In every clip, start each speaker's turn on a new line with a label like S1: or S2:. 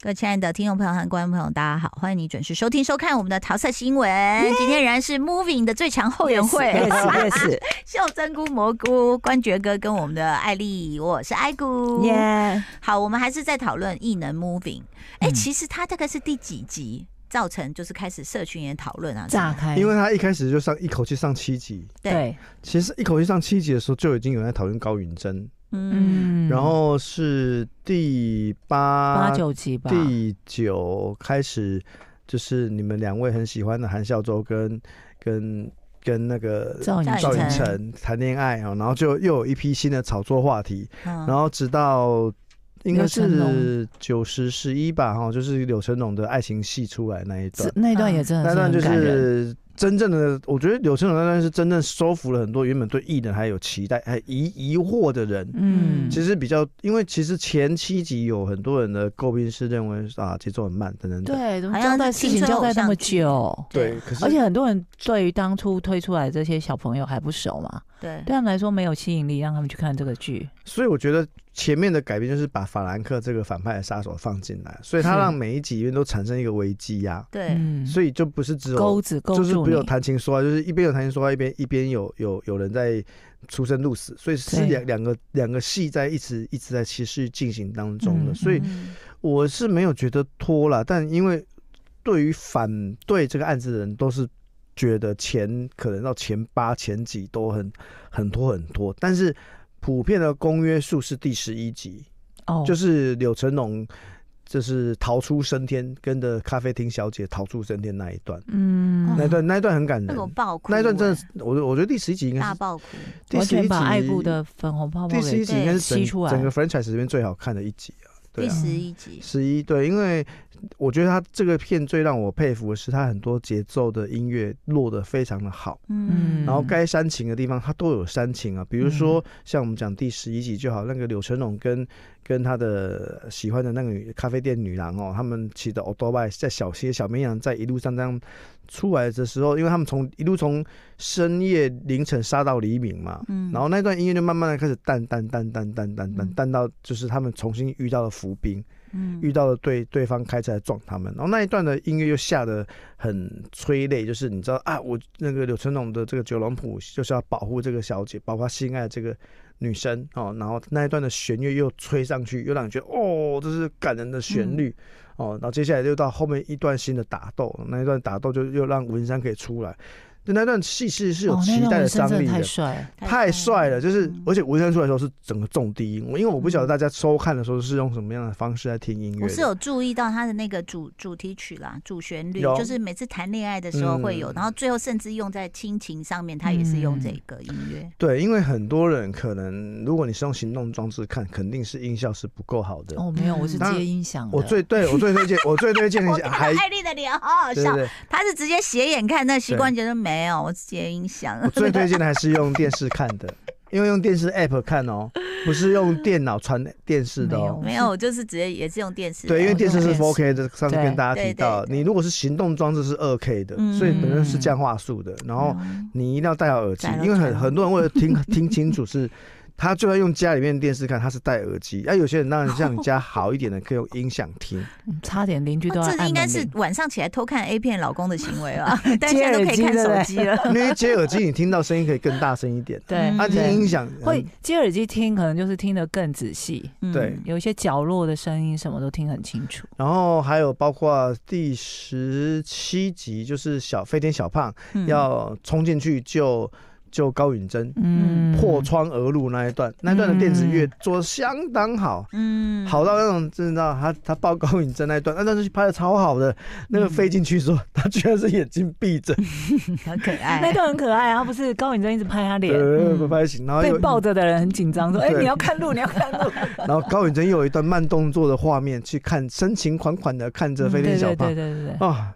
S1: 各位亲爱的听众朋友和观众朋友，大家好，欢迎你准时收听收看我们的桃色新闻。今天仍然是 Moving 的最强后援会，
S2: 也是 也是，
S1: 秀珍菇、蘑菇、关爵哥跟我们的艾丽，我是艾菇。
S2: 耶！
S1: 好，我们还是在讨论异能 Moving。哎、
S3: 嗯
S1: 其实它大概是第几集造成就是开始社群也讨论啊？
S2: 炸开，
S3: 因为他一开始就上一口气上七集，
S2: 对，
S3: 其实一口气上七集的时候就已经有人在讨论高允贞，
S1: 嗯，
S2: 嗯，
S3: 然后是第八
S2: 八九集吧，
S3: 第九开始就是你们两位很喜欢的韩孝周跟跟跟那个
S2: 赵寅
S3: 赵寅
S1: 成
S3: 成谈恋爱哦，然后就又有一批新的炒作话题，
S1: 然
S3: 然后直到。应该
S2: 嗯柳成
S3: 是
S2: 龙
S3: 九十十一吧，哈，就是柳成龙的爱情戏出来那一段
S2: 这，那一段也真的
S3: 那
S2: 是嗯
S3: 段
S2: 很
S3: 就
S2: 感人
S3: 是真正的，我觉得柳成龙那段是真正收服了很多原本对艺人还有期待、还疑疑惑的人。
S2: 嗯，
S3: 其实比较，因为其实前七集有很多人的诟病是认为啊节奏很慢等等等。
S2: 对，怎么
S1: 好像
S2: 交代
S1: 是
S2: 事
S1: 青
S2: 情
S1: 春
S2: 交
S1: 偶
S2: 代那
S1: 像
S2: 么
S1: 剧
S2: 久，
S3: 对，可是
S2: 而且很多人对于当初推出来的这些小朋友还不熟嘛，
S1: 对
S3: 嗯
S2: 对他们来说没有吸引力，让他们去看这个剧。
S3: 所以我觉得前面的改变就是把法兰克这个反派的杀手放进来，所以他
S2: 是
S3: 让每一集里面都产生一个危机呀、
S1: 对，
S2: 嗯，
S3: 所以就不是只有
S2: 钩子勾
S3: 就是
S2: 住
S3: 不
S2: 你
S3: 有，谈情说爱，就是一边有谈情说爱，一边一边有有有人在出生入死，所以是
S2: 对
S3: 两两个两个戏在一直一直在持续进行当中的，
S2: 嗯
S3: 所以
S1: 嗯
S3: 我是没有觉得拖了，但因为对于反对这个案子的人都是觉得前可能到前八前几都很很拖很拖，但是普遍的公约数是第十一集，
S2: 哦，
S3: 就是柳成龙。就是逃出升天，跟着咖啡厅小姐逃出升天那一段，
S2: 嗯，
S3: 那一段那一段很感人，
S1: 那种爆哭、
S3: 那一段真的
S2: 欸
S1: 哎
S3: 是，我我觉得第十一集应该
S1: 大
S3: 是
S1: 爆哭，
S3: 第
S2: 完
S3: 十一
S2: 全
S3: 集
S2: 把爱故的粉红泡泡
S3: 第十一
S2: 给
S3: 集应该是
S2: 吸
S3: 整
S2: 出来
S3: 整个 franchise 里面最好看的一集啊，对
S1: 第
S3: 啊，
S1: 十一集，
S3: 十一对，因为我觉得他这个片最让我佩服的是他很多节奏的音乐落得非常的好，
S1: 嗯，
S3: 然后该煽情的地方他都有煽情啊，比如说像我们讲第十一集就好，那个柳成龙跟跟他的喜欢的那个女咖啡店女郎哦，他们骑着 o d o b i 在小些小绵羊在一路上这样出来的时候，因为他们从一路从深夜凌晨杀到黎明嘛，
S1: 嗯
S3: 然后那段音乐就慢慢的开始淡淡淡淡淡淡淡淡到，就是他们重新遇到了伏兵，
S1: 嗯
S3: 遇到了对对方开车来撞他们，然后那一段的音乐又下得很催泪，就是你知道啊，我那个柳成龙的这个九龙谱就是要保护这个小姐，包括心爱的这个女生哦，然后那一段的弦乐又吹上去，又让你觉得哦，这是感人的旋律、哦，然后接下来又到后面一段新的打斗，那一段打斗就又让文山可以出来，就那段戏是是有
S2: 哦那
S3: 期
S2: 段
S3: 待的
S2: 纹身
S3: 张
S2: 真
S3: 力的，
S2: 太帅了，
S3: 太帅了，就是
S1: 嗯
S3: 而且文山出来的时候是整个重低音，我因为我不晓
S2: 嗯
S3: 得大家收看的时候是用什么样的方式在听音乐的。
S1: 我是有注意到他的那个主主题曲啦，主旋律，
S3: 有
S1: 就是每次谈恋爱的时候会有，
S3: 嗯
S1: 然后最后甚至用在亲情上面，他也是用这个音乐。
S3: 对，因为很多人可能，如果你是用行动装置看，肯定是音效是不够好的。
S2: 哦，没有，我是
S3: 当然
S2: 接音响的，
S3: 嗯我最对我最推荐，我最推荐
S1: 我
S3: 的是
S1: 看到
S3: 还
S1: 艾丽的脸好好
S3: 对
S1: 笑
S3: 对，对，
S1: 他是直接斜眼看，那习惯觉得没有，我直接音响。
S3: 我最推荐的还是用电视看的，因为用电视 app 看哦，不是用电脑传电视的
S2: 没有
S3: 哦。
S1: 没有，我就是直接也是用电视。
S3: 对，因为电视是
S2: 用电视
S3: 4K 的，上次
S2: 对
S3: 跟大家提
S1: 对对
S3: 到，
S1: 对
S3: 你如果是行动装置是 2K 的，所以本身是降话术的，然后
S1: 嗯
S3: 你一定要戴好耳机
S1: 戴，了
S3: 因为
S1: 戴
S3: 很
S1: 了
S3: 很多人为了听 听清楚是，他就要用家里面的电视看，他是戴耳机。啊，有些人当然像你家好一点的，可以用音响 听。
S2: 嗯差点邻居都要按
S1: 哦这
S2: 门
S1: 应该是
S2: 铃
S1: 晚上起来偷看 A 片老公的行为 啊，但现在都可以看
S2: 接
S1: 手
S2: 耳
S1: 机了。
S3: 因为接耳机，你听到声音可以更大声一点。
S2: 对
S1: 嗯
S3: 他听
S2: 对
S3: 音响嗯
S2: 会接耳机听，可能就是听得更仔细，
S1: 嗯
S3: 对
S2: 有一些角落的声音什么都听很清楚。
S3: 然后还有包括第十七集，就是小飞天小胖
S1: 嗯
S3: 要冲进去救救高允贞，
S1: 嗯
S2: 嗯
S3: 破窗而入那一段，那一段的电子乐做得相当好。
S1: 嗯
S3: 好到那种，真的到他他报高允贞那一段，那段是拍的超好的。那个飞进去的时候，
S1: 嗯
S3: 他居然是眼睛 闭着，
S1: 好可
S2: 那
S1: 爱。
S2: 段很可爱啊，不是高允贞一直拍他脸，
S3: 呃，
S2: 嗯
S3: 不拍行。然后
S2: 被
S3: 又
S2: 抱着的人很紧张，说：“哎，
S3: 对
S2: 你要看路，你要看路。
S3: 然后高允贞又有一段慢动作的画面，去看深情款款的看”
S1: 嗯
S3: 着飞
S2: 对
S3: 天小
S2: 对
S3: 胖
S2: 对对，对
S3: 啊，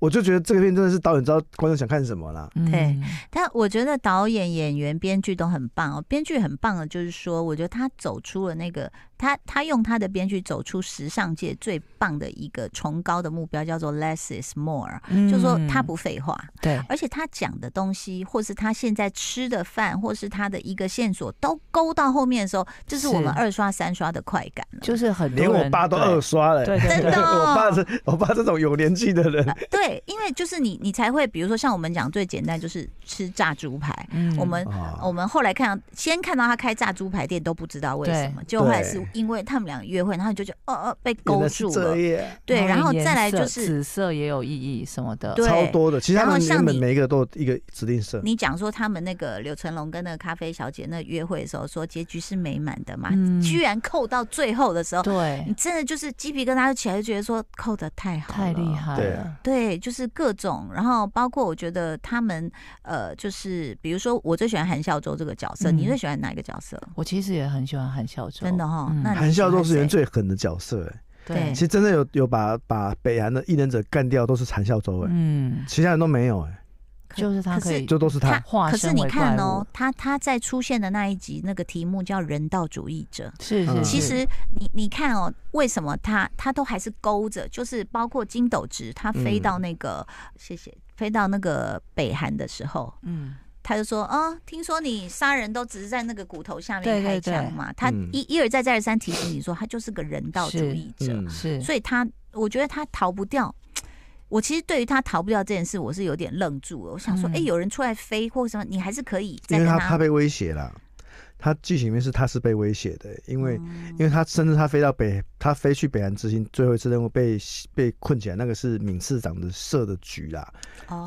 S3: 我就觉得这个片真的是导演知道观众想看什么啦。
S2: 对，
S1: 对
S2: 嗯，
S1: 但我觉得导演、演员、编剧都很棒哦。编剧很棒的，就是说，我觉得他走出了那个他他用他的编曲走出时尚界最棒的一个崇高的目标，叫做 less is more，、
S2: 嗯
S1: 就说他不废话，
S2: 对，
S1: 而且他讲的东西，或是他现在吃的饭，或是他的一个线索，都勾到后面的时候，这是我们
S2: 是
S1: 二刷三刷的快感了。
S2: 就是很多
S3: 连我
S2: 人
S3: 爸都二刷了、
S2: 对对对
S1: 真的哦
S3: 我爸是我爸这种有年纪的 人，
S1: 对，因为就是你，你才会，比如说像我们讲最简单，就是吃炸猪排。
S2: 嗯
S1: 我们
S3: 啊
S1: 我们后来看到，先看到他开炸猪排店都不知道为什么，就后来是因为他们俩约会，然后你就觉得哦哦被
S3: 原
S1: 勾
S3: 来是
S1: 住了
S3: 这，样，
S1: 对，然后
S2: 颜
S1: 再来就
S2: 色
S1: 是
S2: 紫色也有意义什么的，
S1: 对
S3: 超多的。其实他
S1: 然
S3: 们
S1: 后像
S3: 原本
S1: 你
S3: 每一个都有一个指定色，
S1: 你讲说他们那个柳成龙跟那个咖啡小姐那约会的时候，说结局是美满的嘛，
S2: 嗯
S1: 居然扣到最后的时候，
S2: 对
S1: 你，真的就是鸡皮疙瘩就起来，就觉得说扣的太好，
S2: 太厉。害
S3: 对
S2: 了
S3: 啊，
S1: 对，就是各种，然后包括我觉得他们，呃，就是比如说我最喜欢韩孝周这个角色，
S2: 嗯
S1: 你最喜欢哪一个角色？
S2: 我其实也很喜欢韩孝周，
S1: 真的哦
S2: 嗯
S1: 那你
S3: 韩孝周是演最狠的角色、哎，
S1: 对
S3: 其实真的有有把把北韩的异能者干掉，都是韩孝周哎、
S2: 嗯，
S3: 其他人都没有哎、
S2: 就是他
S1: 可
S2: 可
S1: 是
S2: 以
S3: 就都是他。
S2: 化
S1: 可是
S2: 身
S1: 你
S2: 为
S1: 看
S2: 怪
S1: 哦
S2: 物，，
S1: 他他在出现的那一集，那个题目叫“人道主义者”。
S2: 是是，
S3: 嗯
S1: 其
S2: 是
S1: 实你你看哦，为什么他他都还是勾着，就是包括金斗直，他
S2: 嗯
S1: 飞到那个、谢谢飞到那个北韩的时候，
S2: 嗯，
S1: 他就说啊、哦听说你杀人都只是在那个骨头下
S2: 对
S1: 面
S2: 对
S1: 开枪
S2: 对
S1: 嘛，他
S3: 嗯
S1: 一一而再再而三提醒你说，他就是个人道主义者，
S3: 嗯，
S2: 是，
S1: 所以他我觉得他逃不掉。我其实对于他逃不掉这件事，我是有点愣住了。我想说，
S2: 嗯
S1: 哎、有人出来飞或什么，你还是可以再
S3: 因为
S1: 跟
S3: 他他被威胁了。他剧情里面是他是被威胁的，因为、
S1: 嗯
S3: 因为他甚至他飞到北，他飞去北韩执行最后一次任务被被困起来，那个是闵市长的设的局啦，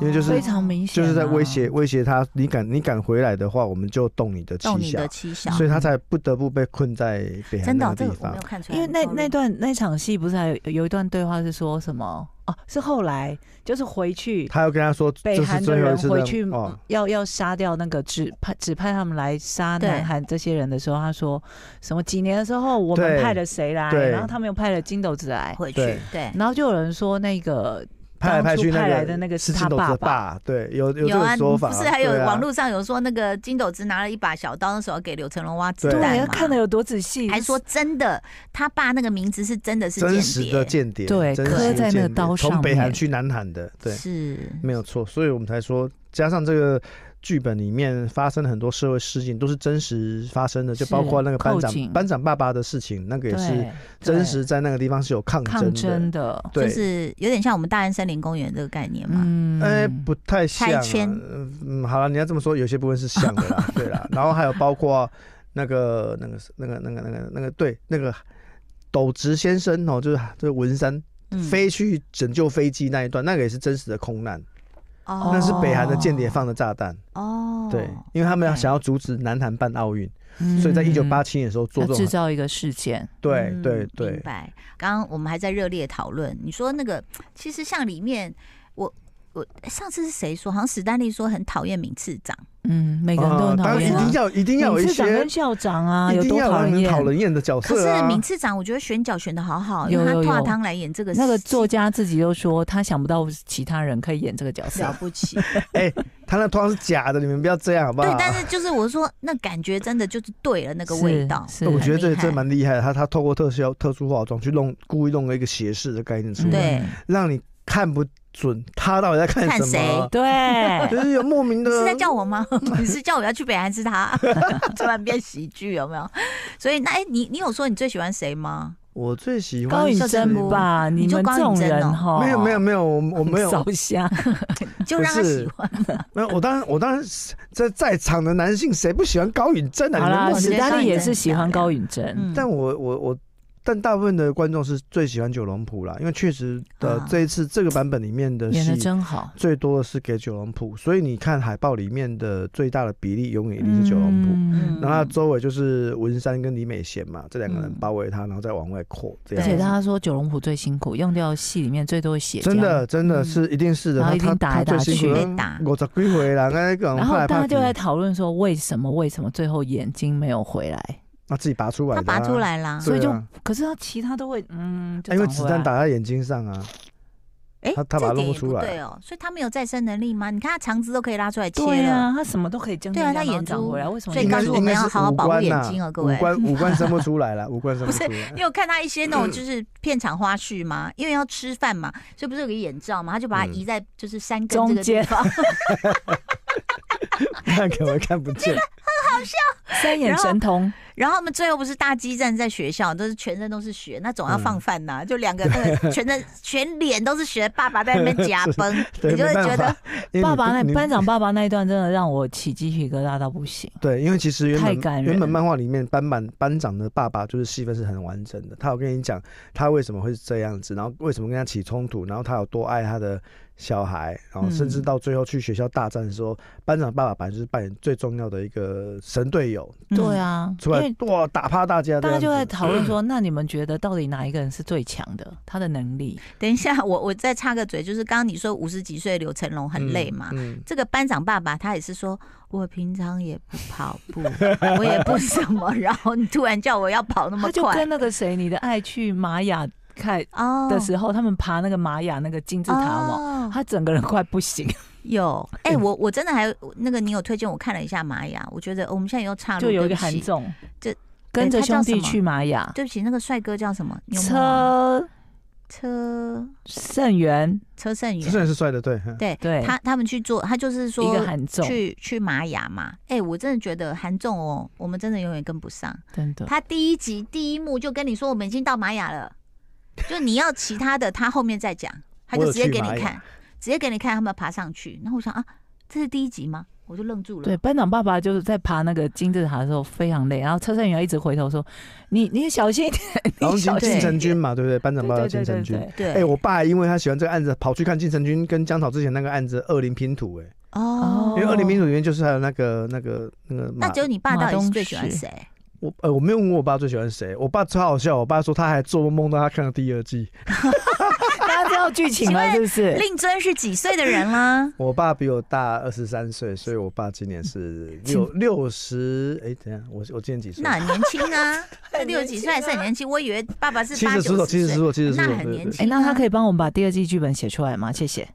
S3: 因为
S1: 哦
S3: 就是
S2: 非常明显
S3: 就
S2: 啊，
S3: 是在威胁威胁他，你敢你敢回来的话，我们就动你的旗
S1: 动你
S3: 下
S1: 的，七小，
S3: 所以他才不得不被困在北韩
S1: 真的哦、
S3: 那个
S1: 这
S3: 地
S1: 个我
S3: 方
S1: 没有。看出来。
S2: 因为那
S1: sorry
S2: 那段那场戏不是还有有一段对话是说什么？哦、是后来就是回去
S3: 他要跟他说，
S2: 北
S3: 这是
S2: 韩的
S3: 最后一
S2: 人
S3: 次
S2: 回
S3: 任
S2: 去
S3: 务哦，
S2: 要要杀掉那个指派指派他们来杀
S1: 对
S2: 南韩这些人的时候，他说什么几年之后我
S3: 对
S2: 们派了谁来，
S3: 对
S2: 然后他们又派了金斗子来，
S1: 回去，
S3: 对
S1: 对，
S2: 然后就有人说那个
S3: 派来派去
S2: 当初派
S3: 那
S2: 来
S3: 个
S2: 的那个是
S3: 是
S2: 他
S3: 金斗子
S2: 爸
S3: 的
S2: 爸
S3: 爸，对，有有这
S1: 有啊，
S3: 个说法，
S1: 不是还有
S3: 对啊
S1: 网络上有说那个金斗子拿了一把小刀，那时候给柳成龙挖子
S3: 对
S1: 弹
S2: 要
S1: 嘛
S2: 啊看的有多仔细，
S1: 还说真的，他爸那个名字是真的是
S3: 真实的
S1: 间谍，
S3: 间谍，
S2: 对
S3: 真实
S1: 刻
S3: 的
S2: 在那个
S3: 间谍
S2: 刀
S3: 从
S2: 上
S3: 北韩
S2: 面
S3: 去南韩的，对，
S1: 是
S3: 没有错，所以我们才说，加上这个剧本里面发生了很多社会事件，都是真实发生的，就是包括那个班
S2: 扣
S3: 长
S2: 紧
S3: 班长爸爸的事情，那个也是
S2: 对
S3: 真实在那个地方是有抗
S2: 对
S3: 争的，
S2: 抗争的，
S1: 就
S3: 对。
S1: 是有点像我们大安森林公园这个概念嘛。
S2: 嗯
S3: 哎、不太像、
S1: 拆
S3: 啊
S1: 迁。
S3: 嗯，好了，你要这么说，有些部分是像的啦，对啦。然后还有包括那个、那个、那个、那个、那个、那个，对，那个斗直先生哦，就是就是文山、
S1: 嗯
S3: 飞去拯救飞机那一段，那个也是真实的空难，
S1: 哦
S3: 那是北韩的间谍放的炸弹。
S1: 哦，
S3: 对，因为他们要
S2: OK
S3: 想要阻止南韩办奥运，
S2: 嗯
S3: 所以在一九八七年的时候做
S2: 要
S3: 这
S2: 制
S3: 种，
S2: 造一个事件，
S3: 对
S1: 嗯
S3: 对
S1: 明
S3: 对，
S1: 白。刚刚我们还在热烈讨论，你说那个其实像里面我。我上次是谁说？好像史丹利说很讨厌闵次长，
S2: 嗯，每个人都很
S3: 啊
S2: 讨
S3: 当然
S2: 厌
S3: 一
S2: 啊，
S3: 定要一定要有
S2: 理
S3: 一
S2: 事长
S3: 些
S2: 跟，校长啊，
S3: 一
S2: 有
S3: 定
S2: 多
S3: 要
S2: 讨
S3: 有很
S2: 厌？
S3: 讨人厌的角
S1: 可
S3: 色
S1: 是
S3: 啊
S1: 闵。次长我觉得选角选的好好，因
S2: 有
S1: 为他
S2: 有
S1: 跨
S2: 有
S1: 汤来演这个
S2: 那个
S1: 戏
S2: 作家自己都说，他想不到其他人可以演这个角
S1: 了
S3: 啊
S2: 色。
S1: 不起，
S3: 他那通常是假的，你们不要这样好不好
S1: 对，？但是就是我说，那感觉真的就是对了那个味道。
S2: 是是
S3: 我觉
S1: 很
S3: 得这
S1: 厉害
S3: 这蛮厉害的，他他透过特效特殊化妆去弄故意弄了一个斜视的概念出
S2: 嗯
S3: 来，
S1: 对
S3: 让你看不准他到底在看
S1: 看
S3: 什么
S1: 谁，
S3: 就
S2: 对，
S3: 是有莫名
S1: 你
S3: 的
S1: 是在叫我吗？你是叫我要去北韩是他？ 突然变喜剧有没有？所以那哎、你你有说你最喜欢谁吗？
S3: 我最喜欢
S2: 高允
S3: 是
S2: 贞吧，
S1: 你
S2: 你
S1: 就
S2: 们
S1: 高
S2: 这
S1: 允
S2: 种
S1: 贞
S2: 人
S1: 哦
S2: 哈，
S3: 没有没有没有，我我没有
S2: 烧香，
S1: 就让他喜欢。
S3: 没有，我当然我当然是在在场的男性谁不喜欢高允贞啊？你
S2: 好
S3: 们
S2: 啦，
S3: 乱
S2: 史丹利也是喜欢高允
S1: 嗯
S2: 贞，
S3: 但我我我，但大部分的观众是最喜欢九龙谱啦，因为确实的、呃
S1: 啊
S3: 这一次这个版本里面的
S2: 演的
S3: 戏
S2: 真好，
S3: 最多的是给九龙谱，所以你看海报里面的最大的比例永远一定是九龙谱。
S2: 嗯
S3: 然后他周围就是文山跟李美贤嘛，这两个人
S2: 嗯
S3: 包围他，然后再往外扩，这
S2: 而
S3: 样
S2: 且
S3: 子。
S2: 他说九龙湖最辛苦，用掉戏里面最多的血
S3: 真的，
S2: 浆，
S3: 真的
S1: 嗯
S3: 是一定是的。
S2: 然后
S3: 他
S2: 一定
S3: 他
S2: 打来
S3: 他最
S2: 打
S3: 辛
S2: 去
S3: 苦
S1: 被打
S3: 我几回啦，那个
S2: 然后
S3: 怕来
S2: 大
S3: 怕
S2: 家
S3: 去
S2: 就，在讨论说为什么为什么最后眼睛没有回来，
S3: 那自己拔出来的
S1: 他
S3: 啊，
S1: 拔出来啦，
S2: 所以
S3: 对
S2: 就
S3: 啊
S2: 可是他其他都会嗯，就
S3: 因为
S2: 长
S3: 子
S2: 回
S3: 弹
S2: 来
S3: 打在眼睛上啊，
S1: 哎，
S3: 他他
S1: 这
S3: 把它
S1: 点
S3: 弄不
S1: 也
S3: 出来
S1: 对哦，所以他没有再生能力吗？你看他肠子都可以拉出来切
S2: 对
S1: 了，
S2: 啊，他什么都可以睁
S1: 对
S2: 着
S1: 啊
S2: 眼
S1: 他
S2: 然后
S1: 眼
S2: 长
S1: 珠
S2: 回来，为什么
S1: 所以
S2: 你
S3: 应
S1: 告
S3: 该
S1: 诉
S3: 是
S1: 我
S3: 应
S1: 们
S3: 该
S1: 要
S3: 是
S1: 好好
S3: 五
S1: 保护
S3: 官
S1: 眼
S3: 呐
S1: 睛哦各
S3: 五
S1: 位
S3: 官五官生不出来了，五官生
S1: 不
S3: 不
S1: 是
S3: 出来。
S1: 因为我看他一些那 种就是片场花絮嘛，因为要吃饭嘛，所以不是有个眼罩嘛，他就把它
S3: 嗯
S1: 移在就是山根这个地方，
S3: 看可能看不见，
S2: 三眼神童，
S1: 然后他们最后不是大激战在学校，都是全身都是血，那总要
S3: 嗯
S1: 放饭呐、就两个那 个全身全脸都是血，爸爸在那边夹崩，
S3: 对，
S1: 你就
S3: 没
S1: 会
S3: 办
S1: 觉得
S3: 法。因为你
S2: 爸爸
S3: 你
S2: 那班长爸爸那一段真的让我起鸡皮疙瘩到不行。
S3: 对，因为其实原
S2: 太
S3: 本
S2: 感
S3: 原
S2: 人
S3: 本漫画里面班班班长的爸爸就是戏份是很完整的，他有跟你讲他为什么会是这样子，然后为什么跟他起冲突，然后他有多爱他的小孩，然后甚至
S2: 嗯
S3: 到最后去学校大战的时候，班长爸爸本来就是扮演最重要的一个神队友，
S2: 对啊，
S3: 嗯出
S2: 因
S3: 来
S2: 为
S3: 哇打趴大家这
S2: 大家
S3: 样子，
S2: 就在讨论 说，那你们觉得到底哪一个人是最强的？他的能力，
S1: 等一下我我再插个嘴，就是刚刚你说五十几岁的柳成龙很累嘛。
S3: 嗯，嗯
S1: 这个班长爸爸他也是说，我平常也不跑步， 我也不什么，然后你突然叫我要跑那么
S2: 他就
S1: 快
S2: 跟，那个谁，你的爱去玛雅看
S1: 哦
S2: 的时候，他们爬那个玛雅那个金字塔嘛，嗯
S1: 哦
S2: 他整个人快不行，
S1: 有，哎、我我真的还那个，你有推荐我看了一下玛雅，我觉得、哦我们现在又岔路，
S2: 就有一个
S1: 对不
S2: 韩
S1: 起
S2: 总，
S1: 这
S2: 跟着
S1: 对他叫
S2: 兄弟
S1: 什么
S2: 去玛雅，
S1: 对不起，那个帅哥叫什么？你有没有啊
S2: 车
S1: 车
S2: 圣元，
S1: 车胜
S3: 这
S1: 元，
S3: 虽然是帅的，对，嗯
S1: 对
S2: 对
S1: 他他们去做，他就是
S2: 一
S1: 说
S2: 个韩总，
S1: 去去玛雅嘛。哎、我真的觉得韩仲哦，我们真的永远跟不上。
S2: 真
S3: 嗯
S2: 的，
S1: 他第一集第一幕就跟你说我们已经到玛雅了，就你要其他的，他后面再讲，他就
S3: 我有
S1: 直接
S3: 去
S1: 给你
S3: 玛雅
S1: 看，直接给你看他们爬上去。然后我想啊，这是第一集吗？我就愣住了。
S2: 对，班长爸爸就是在爬那个金字塔的时候非常累，然后车胜元一直回头说：“你你小心一点，
S3: 然后
S2: 你
S3: 金
S2: 小
S1: 对
S2: 心 一点。
S3: 金城君嘛，对不对？班长
S2: 对”
S3: 爸爸
S2: 对
S3: 金
S2: 对
S3: 城
S2: 对
S3: 君。
S2: 对，
S1: 对，
S3: 哎、我爸因为他喜欢这个案子，跑去看金城君跟江草之前那个案子《恶灵拼图、哎，
S1: 哦，
S3: 因为《恶灵拼图》里面就是还有那个那个那个马
S1: 那只有你爸到底是最喜
S2: 马
S1: 欢
S2: 东
S1: 谁？
S3: 我呃，我没有问过我爸最喜欢谁，我爸超好笑，我爸说他还做梦梦到他看了第二季。？
S2: 大家知道剧情 了是不是？
S1: 令尊是几岁的人啦
S3: 我爸比我大二十三岁，所以我爸今年 是六六十，哎，等一下，我我今年几岁？
S1: 那很年轻 啊，那六十几岁还是很年轻。我以为爸爸是
S3: 七
S1: 八
S3: 十
S1: 九
S3: 出头，七
S1: 十
S3: 十
S1: 岁
S3: 出，头，七十出
S1: 那
S3: 头，对
S1: 很
S3: 对
S1: 年
S3: 对
S1: 轻。啊
S2: 哎，那他可
S1: 以。
S2: 以帮我们把第二季剧本写出来吗？谢谢。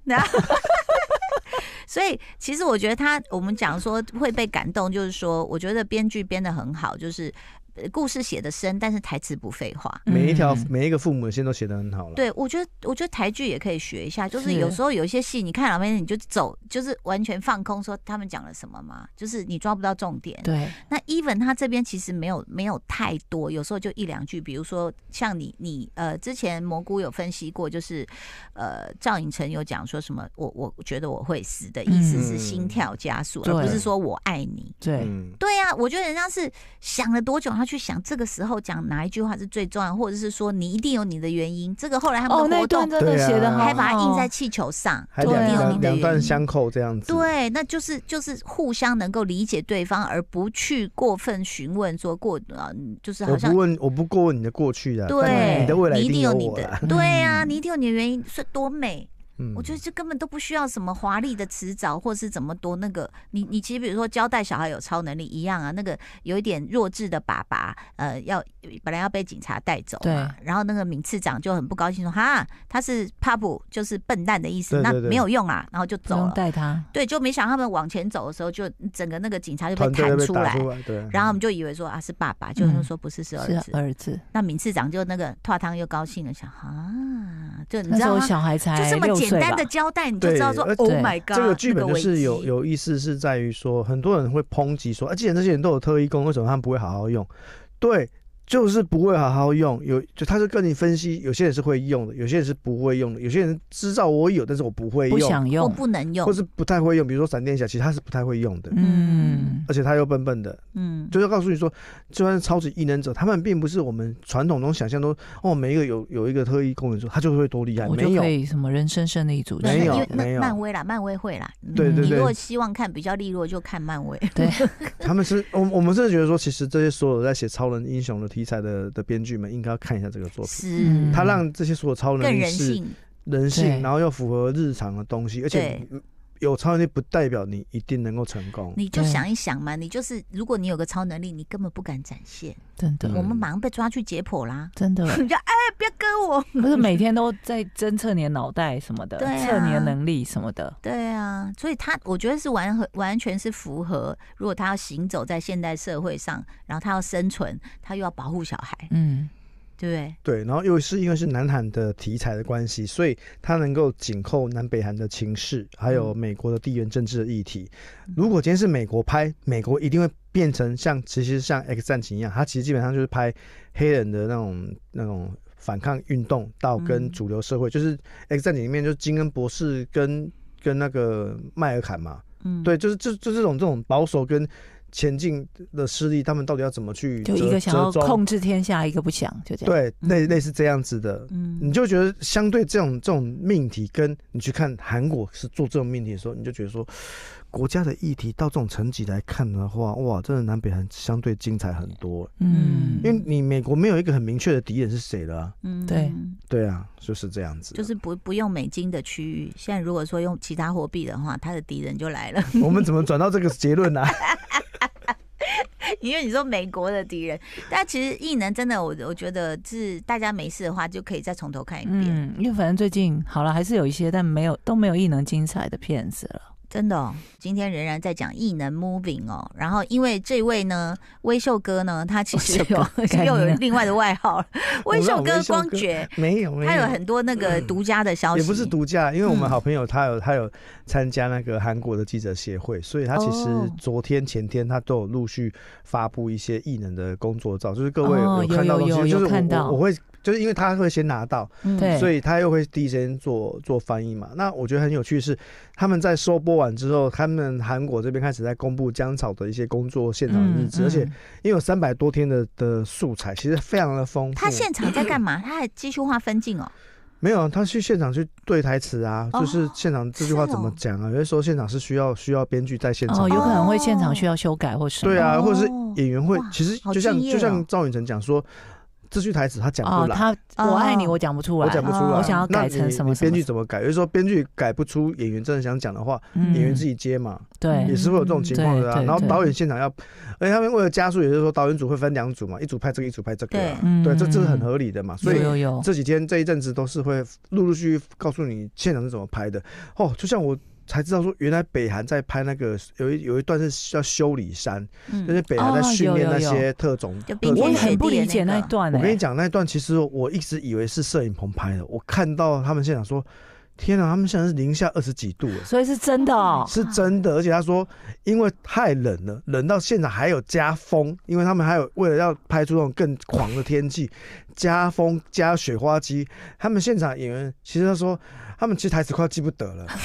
S1: 所以其实我觉得他，我们讲说会被感动，就是说，我觉得编剧编的很好，就是呃故事写的深，但是台词不废话。
S3: 每一条、
S2: 嗯
S3: 每一个父母的线都写得很好了。
S1: 对，我觉得我觉得台剧也可以学一下，就是
S2: 是
S1: 有时候有一些戏，你看两边你就走，就是完全放空，说他们讲了什么嘛，就是你抓不到重点。
S2: 对，
S1: 那 even 他这边其实没有没有太多，有时候就一两句，比如说像你你呃之前蘑菇有分析过，就是呃赵寅成有讲说什么，我我觉得我会死的意思是
S3: 嗯
S1: 心跳加速，
S2: 对
S1: 而不是说我爱你。
S2: 对，
S3: 嗯，
S1: 对呀、啊，我觉得人家是想了多久，他去想这个时候讲哪一句话是最重要，或者是说你一定有你的原因。这个后来他
S2: 哦，
S1: 们的
S2: 那
S1: 活
S2: 一段
S1: 动
S2: 真的写的
S3: 嗯对
S2: 好
S3: 啊
S2: 好，
S1: 还把它印在气球上，
S3: 还
S1: 就
S3: 两
S1: 你
S2: 对啊
S1: 有
S3: 两
S1: 你的
S3: 两
S1: 原
S3: 段
S1: 因。
S3: 相扣这样子。，
S1: 对，那就是就是互相能够理解对方，而不去过分询问说过啊，嗯就是
S3: 我
S1: 好像
S3: 不问，我不过问你的过去啊的，但
S1: 对，
S3: 你的未来
S1: 你一定
S3: 有
S1: 你
S3: 我
S1: 的
S3: 啦，
S1: 对呀、
S2: 嗯
S1: 你一定有你的原因，是多美。
S3: 嗯
S1: 我觉得这根本都不需要什么华丽的辞藻，或是怎么多那个。你你其实比如说交代小孩有超能力一样啊，那个有一点弱智的爸爸，呃，要本来要被警察带走嘛，然后那个闵次长就很不高兴说哈，他是帕普，就是笨蛋的意思，
S3: 对对
S1: 那
S3: 对
S1: 没有用啊，然后就
S2: 不
S1: 走
S2: 用
S1: 了。
S2: 带他。
S1: 对，就没想到他们往前走的时候，就整个那个警察就被
S3: 团队
S1: 弹
S3: 被
S1: 出
S3: 打
S1: 来，
S3: 出来，对啊，
S1: 然后我们就以为说啊是爸爸，就他说不是是儿
S2: 嗯是
S1: 子。
S2: 儿子，
S1: 那闵次长就那个拓汤又高兴了，想啊，就你
S2: 那
S1: 知
S2: 时
S1: 道
S2: 候
S1: 吗？
S2: 小孩
S1: 就
S2: 才
S1: 这么
S2: 六
S1: 简
S2: 岁
S1: 单
S2: 吧
S1: 的。交代，你就知道说
S3: 对而
S1: ，Oh
S2: 对
S1: my god，
S3: 这个剧本
S1: 那
S3: 就
S1: 危
S3: 是有
S1: 机哦
S3: 有意思，是在于说，很多人会抨击说，啊，既然这些人都有特异功，为什么他们不会好好用？对，就是不会好好用。有就他就跟你分析，有些人是会用的，有些人是不会用的，有些人知道我有，但是我不会
S2: 不
S3: 用，
S2: 想
S1: 或
S2: 用，
S1: 不能用
S3: 或，是不太会用。比如说闪电侠，其实他是不太会用的。
S2: 嗯，
S3: 而且他又笨笨的，
S1: 嗯，
S3: 就是告诉你说，就算是超级异能者，他们并不是我们传统中想象中，哦，每一个有有一个特异功能之后，他就会多厉害，
S2: 我
S3: 没
S2: 就
S3: 有
S2: 可，以什么人生胜利组织，
S1: 对
S3: 没
S1: 因
S3: 有
S1: 为那
S3: 没有
S1: 漫威啦，漫威会啦，
S3: 对
S1: 嗯
S3: 对
S1: 你
S3: 对
S1: 如果希望看比较利落，就看漫威。
S2: 对，
S3: 他们是，我我们是觉得说，其实这些所有在写超人英雄的题材的的编剧们，应该要看一下这个作品。
S1: 是
S2: 嗯
S3: 他让这些所有超能
S1: 更
S3: 力
S1: 人
S3: 是
S1: 性，
S3: 人性，
S2: 对
S3: 然后又符合日常的东西，而且
S1: 对
S3: 有超能力不代表你一定能够成功。
S1: 你就
S2: 对
S1: 想一想嘛，你就是如果你有个超能力，你根本不敢展现，
S2: 真的
S3: 嗯
S1: 我们马上被抓去解剖啦。，
S2: 真的
S1: 你就哎，不要跟我。
S2: 不是每天都在侦测你的脑袋什么的，
S1: 对啊
S2: 测你的能力什么的，
S1: 对啊，所以他我觉得是完合完全是符合，如果他要行走在现代社会上，然后他要生存，他又要保护小孩，
S2: 嗯，
S1: 对不对？
S3: 对，然后又是因为是南韩的题材的关系，所以它能够紧扣南北韩的情势，还
S2: 嗯
S3: 有美国的地缘政治的议题。如果今天是美国拍，美国一定会变成像其实像 X 战警一样，它其实基本上就是拍黑人的那种那种反抗运动到跟
S2: 嗯
S3: 主流社会，就是 X 战警里面就是金恩博士跟跟那个迈尔坎嘛，
S1: 嗯，
S3: 对，就是就就这种这种保守跟前进的势力，他们到底要怎么去
S2: 就一
S3: 折
S2: 个想要
S3: 折中
S2: 控制嗯天下，一个不想，就这样。
S3: 对，类类似这样子的，
S1: 嗯
S3: 你就觉得相对这种这种命题，跟你去看韩国是做这种命题的时候，你就觉得说，国家的议题到这种层级来看的话，哇，真的南北韩相对精彩很多，
S2: 嗯，
S3: 因为你美国没有一个很明确的敌人是谁了、啊，
S1: 嗯
S2: 对
S3: 对啊，就是这样子的，
S1: 就是不不用美金的区域，现在如果说用其他货币的话，他的敌人就来了。
S3: 我们怎么转到这个结论呢、啊？
S1: 因为你说美国的敌人，但其实异能真的，我我觉得是大家没事的话就可以再从头看一遍，
S2: 嗯，因为反正最近好了，还是有一些，但没有都没有异能精彩的片子了。
S1: 真的、哦。今天仍然在讲异能 moving 哦，然后因为这位呢，微秀哥呢，他其实
S2: 微秀
S1: 有
S2: 哥改名
S1: 又
S2: 了
S1: 有另外的外号了，微秀
S3: 我
S1: 哥
S3: 知道
S1: 光
S3: 微秀哥
S1: 觉。
S3: 没有，没
S1: 他有很多那个独家的
S2: 哦
S1: 消息，
S3: 也不是独家，因为我
S1: 嗯
S3: 们好朋友他有他有参加那个韩国的记者协会，所以他其实
S1: 哦
S3: 昨天前天他都有陆续发布一些艺能的工作照，就是各位
S2: 哦
S3: 有看
S2: 有
S3: 到东
S2: 有有
S3: 西，就是
S2: 有看
S3: 我
S2: 到
S3: 我我会就是因为他会先拿到，
S1: 嗯
S2: 对
S3: 所以他又会第一时间做做翻译嘛。那我觉得很有趣是，他们在收播完之后，他们韩国这边开始在公布江草的一些工作现场的
S2: 嗯
S3: 日子，而且因为有三百多天的的素材，其实非常的丰富。
S1: 他现场在干嘛？他还继续画分镜哦。
S3: 没有，啊他去现场去对台词啊，
S1: 哦
S3: 就是现场这句话怎么讲啊？有些时候现场是需要需要编剧在现场
S2: 哦，
S3: 的，
S2: 有可能会
S1: 哦
S2: 现场需要修改或什么。
S3: 对啊，
S1: 哦
S3: 或者是演员会
S1: 哇，
S3: 其实
S1: 好
S3: 就像
S1: 敬业哦
S3: 就像赵允成讲说，这句台词他讲不
S2: 哦，
S3: 来，
S2: 他我爱你，
S1: 哦
S2: 我讲不出
S3: 我
S2: 来，
S3: 讲不出来，
S1: 哦
S2: 我想要
S3: 那
S2: 改成
S3: 你
S2: 什么
S3: 你
S2: 什么
S3: 编剧怎么改？有些时候编剧改不出演员真的想讲的话，
S2: 嗯
S3: 演员自己接嘛，
S2: 对
S3: 也是会有这种情况的
S2: 嗯
S3: 啊。
S2: 对对
S3: 然后
S2: 对
S3: 导演现场要，而且他们为了加速，也就是说导演组会分两组嘛，一组拍这个，一组拍这个啊，
S2: 对
S3: 对，
S2: 嗯
S3: 这这是很合理的嘛，所以
S2: 有有有，
S3: 这几天这一阵子都是会陆陆续续告诉你现场是怎么拍的哦，就像我。才知道说，原来北韩在拍那个有一有一段是叫修理山，就是
S1: 嗯，
S3: 北韩在
S2: 哦
S3: 训练
S2: 有有
S3: 那
S2: 有
S3: 些特种。
S1: 就
S3: 特
S1: 冰
S2: 我
S3: 种
S1: 天
S2: 也
S1: 雪
S2: 很不
S1: 地的
S2: 理解
S1: 那
S2: 那一
S1: 个
S2: 段。
S3: 我跟你，讲那一段，其欸实我一直以为是摄影棚拍的，我看到他们现场说，天啊，他们现在是零下二十几度，哎
S2: 所以是真的哦，
S3: 是真的。而且他说，因为太冷了，冷到现场还有加风，因为他们还有为了要拍出那种更狂的天气，加风加雪花机。他们现场演员其实他说，他们其实台词快要记不得了，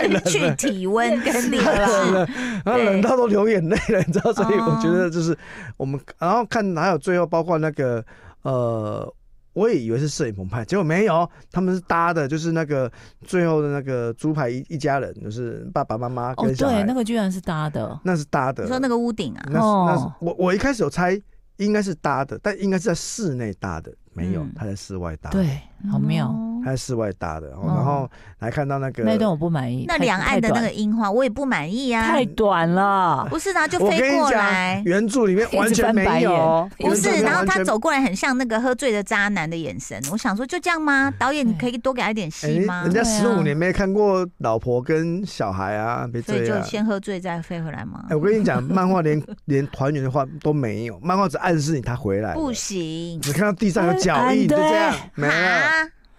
S3: 太冷
S1: 失去
S3: 了。
S1: 体温跟理
S3: 太冷
S1: 智，
S3: 了，然后冷到都流眼泪了，你知道？所以我觉得就是我们，然后看还有最后包括那个呃，我也以为是摄影棚拍，结果没有，他们是搭的，就是那个最后的那个猪排一一家人，就是爸爸妈妈
S2: 哦，
S3: 跟小孩，啊
S2: 对，那个居然是搭的，
S3: 那是搭的。
S1: 你说那个屋顶啊，
S3: 那是那是
S2: 哦
S3: 我我一开始有猜应该是搭的，但应该是在室内搭的，没有
S1: 嗯，
S3: 他在室外搭。。
S2: 对，好妙。
S1: 哦
S3: 他在室外搭的，然后
S2: 哦
S3: 然后还看到那个
S2: 那一段我不满意，
S1: 那
S2: 太
S1: 两岸的那个樱花，我也不满意啊。
S2: 太短了，
S1: 不是啊，就
S3: 我
S1: 飞
S3: 跟你
S1: 过
S3: 讲
S1: 来，，
S3: 原著里面完全没有哦，
S2: 一直翻
S1: 不
S2: 白眼
S3: 原著里
S1: 是。
S3: 面
S1: 然后
S3: 完
S1: 他
S3: 全
S1: 走过来，很像那个喝醉的渣男的眼神。我想说，就这样吗？导演，你可以多给他一点
S3: 嗯哎
S1: 戏吗
S3: 人？
S2: 对
S3: 家
S2: 啊
S3: 十五年没看过老婆跟小孩啊，别
S1: 所
S3: 这
S1: 以就
S3: 样。
S1: 先喝醉再飞回来吗
S3: 哎、？我跟你讲，漫画连 连团圆的话都没有，漫画只暗示你他回来了，
S1: 不行
S3: 只看到地上有脚
S2: 嗯
S3: 印，就这样
S2: 对，
S3: 没了。
S1: 啊，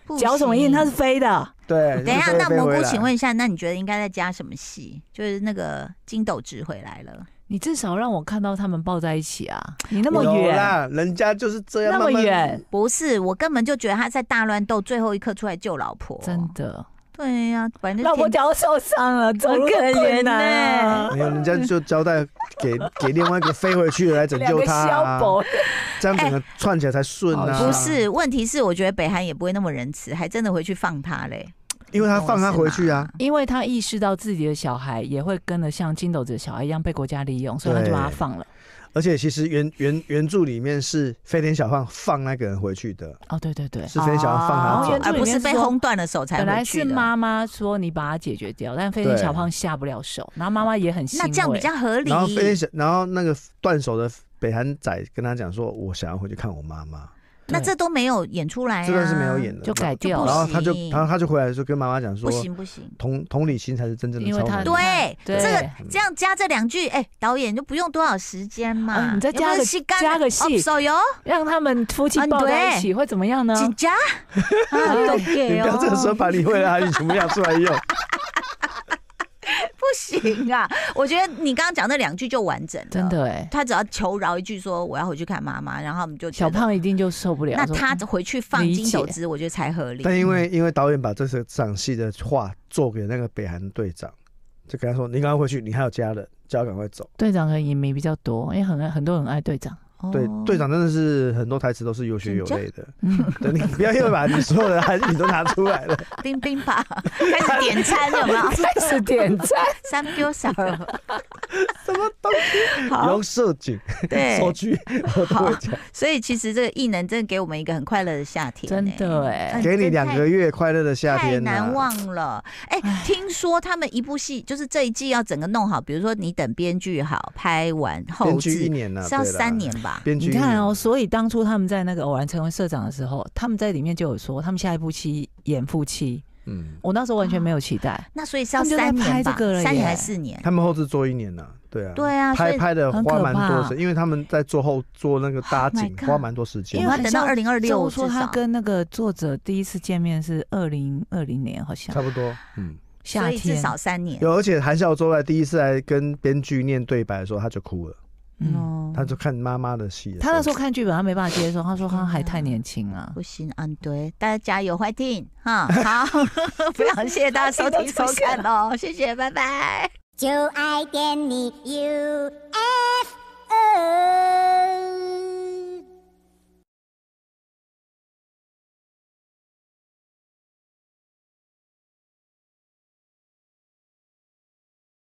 S1: 不
S2: 脚什么印？
S1: 行
S2: 它是飞的，
S3: 对，
S1: 等一下，
S3: 就飞
S1: 那蘑
S3: 飞回
S1: 菇，
S3: 来
S1: 请问一下，那你觉得应该再加什么戏？就是那个金斗直回来了，
S2: 你至少让我看到他们抱在一起啊！你那么
S3: 有
S2: 远，
S3: 啦，人家就是这样，
S2: 那么
S3: 慢慢，
S2: 远，
S1: 不是？我根本就觉得他在大乱斗，最后一刻出来救老婆，
S2: 真的，
S1: 对呀、反正
S2: 那我脚受伤了，走路
S1: 很可
S2: 困
S1: 怜
S2: 难啊，
S3: 没有，人家就交代给给另外一个飞回去的来拯
S2: 两
S3: 救
S2: 个
S3: 他、
S2: 消
S3: 啊，
S2: 薄，
S3: 这样整个串起来才顺啊。
S2: 哎
S1: 不是，问题是我觉得北韩也不会那么仁慈，还真的回去放他嘞。
S3: 因为他放他回去啊，
S2: 因为他意识到自己的小孩也会跟着像金斗子的小孩一样被国家利用，所以他就把他放了。
S3: 而且其实原原原著里面是飞天小胖放那个人回去的，
S2: 哦，对对对，
S3: 是飞天小胖放他
S2: 哦
S3: 走
S2: 原。著
S1: 而
S2: 里面
S1: 不是被
S2: 说
S1: 轰断了手才
S2: 本来
S1: 回去
S2: 是
S1: 的。
S2: 妈妈说你把他解决掉，但飞天
S3: 对
S2: 小胖下不了手，然后妈妈也很欣慰。
S1: 那这样比较合理
S3: 然。后飞天小，然后那个断手的北韩仔跟他讲说：“我想要回去看我妈妈。
S1: 那这都没有演出来、啊，
S3: 这段是没有演的，
S2: 就改掉
S1: 不
S3: 然
S2: 了，
S3: 后他就
S1: 行
S3: 他他就回来说跟妈妈讲说
S1: 不，行不行。
S3: 同同理心才是真正的
S2: 因为
S3: 超
S2: 他
S3: 能力。
S1: 对，
S2: 嗯对
S1: 这个
S3: 嗯
S1: 这样加这两句，哎、导演就不用多少时间嘛、
S2: 啊你再加个加个戏
S1: 手游
S2: 让他们夫妻
S1: 嗯
S2: 抱在一起会怎么样呢？
S1: 哦紧 张，啊都给哦
S3: 你不要这个时候把你会的韩语全部要出来用。
S1: 不行啊！我觉得你刚刚讲那两句就完整了，
S2: 真。的哎，
S1: 他只要求饶一句说我要回去看妈妈，然后我们就觉
S2: 小
S1: 得。
S2: 胖一定就受不了。
S1: 那
S2: 说
S1: 他
S2: 嗯
S1: 回去放
S2: 理
S1: 金手
S2: 解
S1: 指，我觉得才合理。
S3: 但因为因为导演把这次场戏的话做给那个北韩队长，就跟他说：“你赶快回去，你还有家人，叫他赶快走。
S2: 队长和影迷比较多，因为很爱很多人爱 队长。
S3: 对
S1: 哦，
S3: 队长真的是很多台词都是有血有泪的。
S2: 嗯，
S3: 对，你不要又把你所有的韩语都拿出来了。
S1: 冰冰吧， 开始点餐有没 有？
S2: 开始点赞，
S1: 三 Q 少
S3: 什么东西？
S1: 好
S3: 用射警、
S1: 对，
S3: 手狙，我都会讲。
S1: 所以其实这个异能真的给我们一个很快乐的夏天、
S2: 真的
S1: 欸
S2: 哎
S3: 给你两个月快乐的夏
S1: 太
S3: 天、啊呐。
S1: 难忘了。哎、听说他们一部戏就是这一季要整个弄好，比如说你等编剧好拍完后
S3: 编剧一
S1: 置
S3: 年呐、啊
S1: 是要
S3: 对啦
S1: 三。年吧？
S3: 编剧
S2: 你
S3: 一年
S2: 看哦，，所以当初他们在那个偶然成为社长的时候，他们在里面就有说，他们下一部戏演夫妻。
S3: 嗯，
S2: 我那时候完全没有期待，
S1: 那所以是要
S2: 他们就在
S1: 三年
S2: 拍
S1: 吧
S2: 这个了？耶
S1: 三年还是四年？
S3: 他们后置做一年呐、对啊，
S1: 对啊所
S3: 拍
S1: 以
S3: 拍的
S2: 很
S3: 花
S2: 可
S3: 蛮多的
S2: 怕
S3: 时，因为他们在做后做那个搭
S1: Oh my
S3: 景，
S1: God
S3: 花蛮多时
S1: 我
S3: 间
S1: 们要
S2: 因为很
S3: 的。
S1: 等到
S2: 像
S1: 二零二
S2: 周
S1: 六
S2: 说
S1: 至
S2: 他
S1: 少。
S2: 跟那个作者第一次见面是二零二零年，好像
S3: 差不多，嗯，
S1: 所
S2: 夏
S1: 以至
S2: 天。
S1: 少三年。
S3: 有，而且韩孝周来第一次来跟编剧念对白的时候，他就哭了，
S2: 嗯，
S1: 哦
S3: 他就看妈妈的戏了。
S2: 他那时候看剧本，他没办法接受，他说他还太年轻啊。
S1: 不行，嗯，对，大家加油，快听 哈，好， 非常谢谢大家收听收看哦，谢谢，拜拜。
S4: 就爱点你 UFO。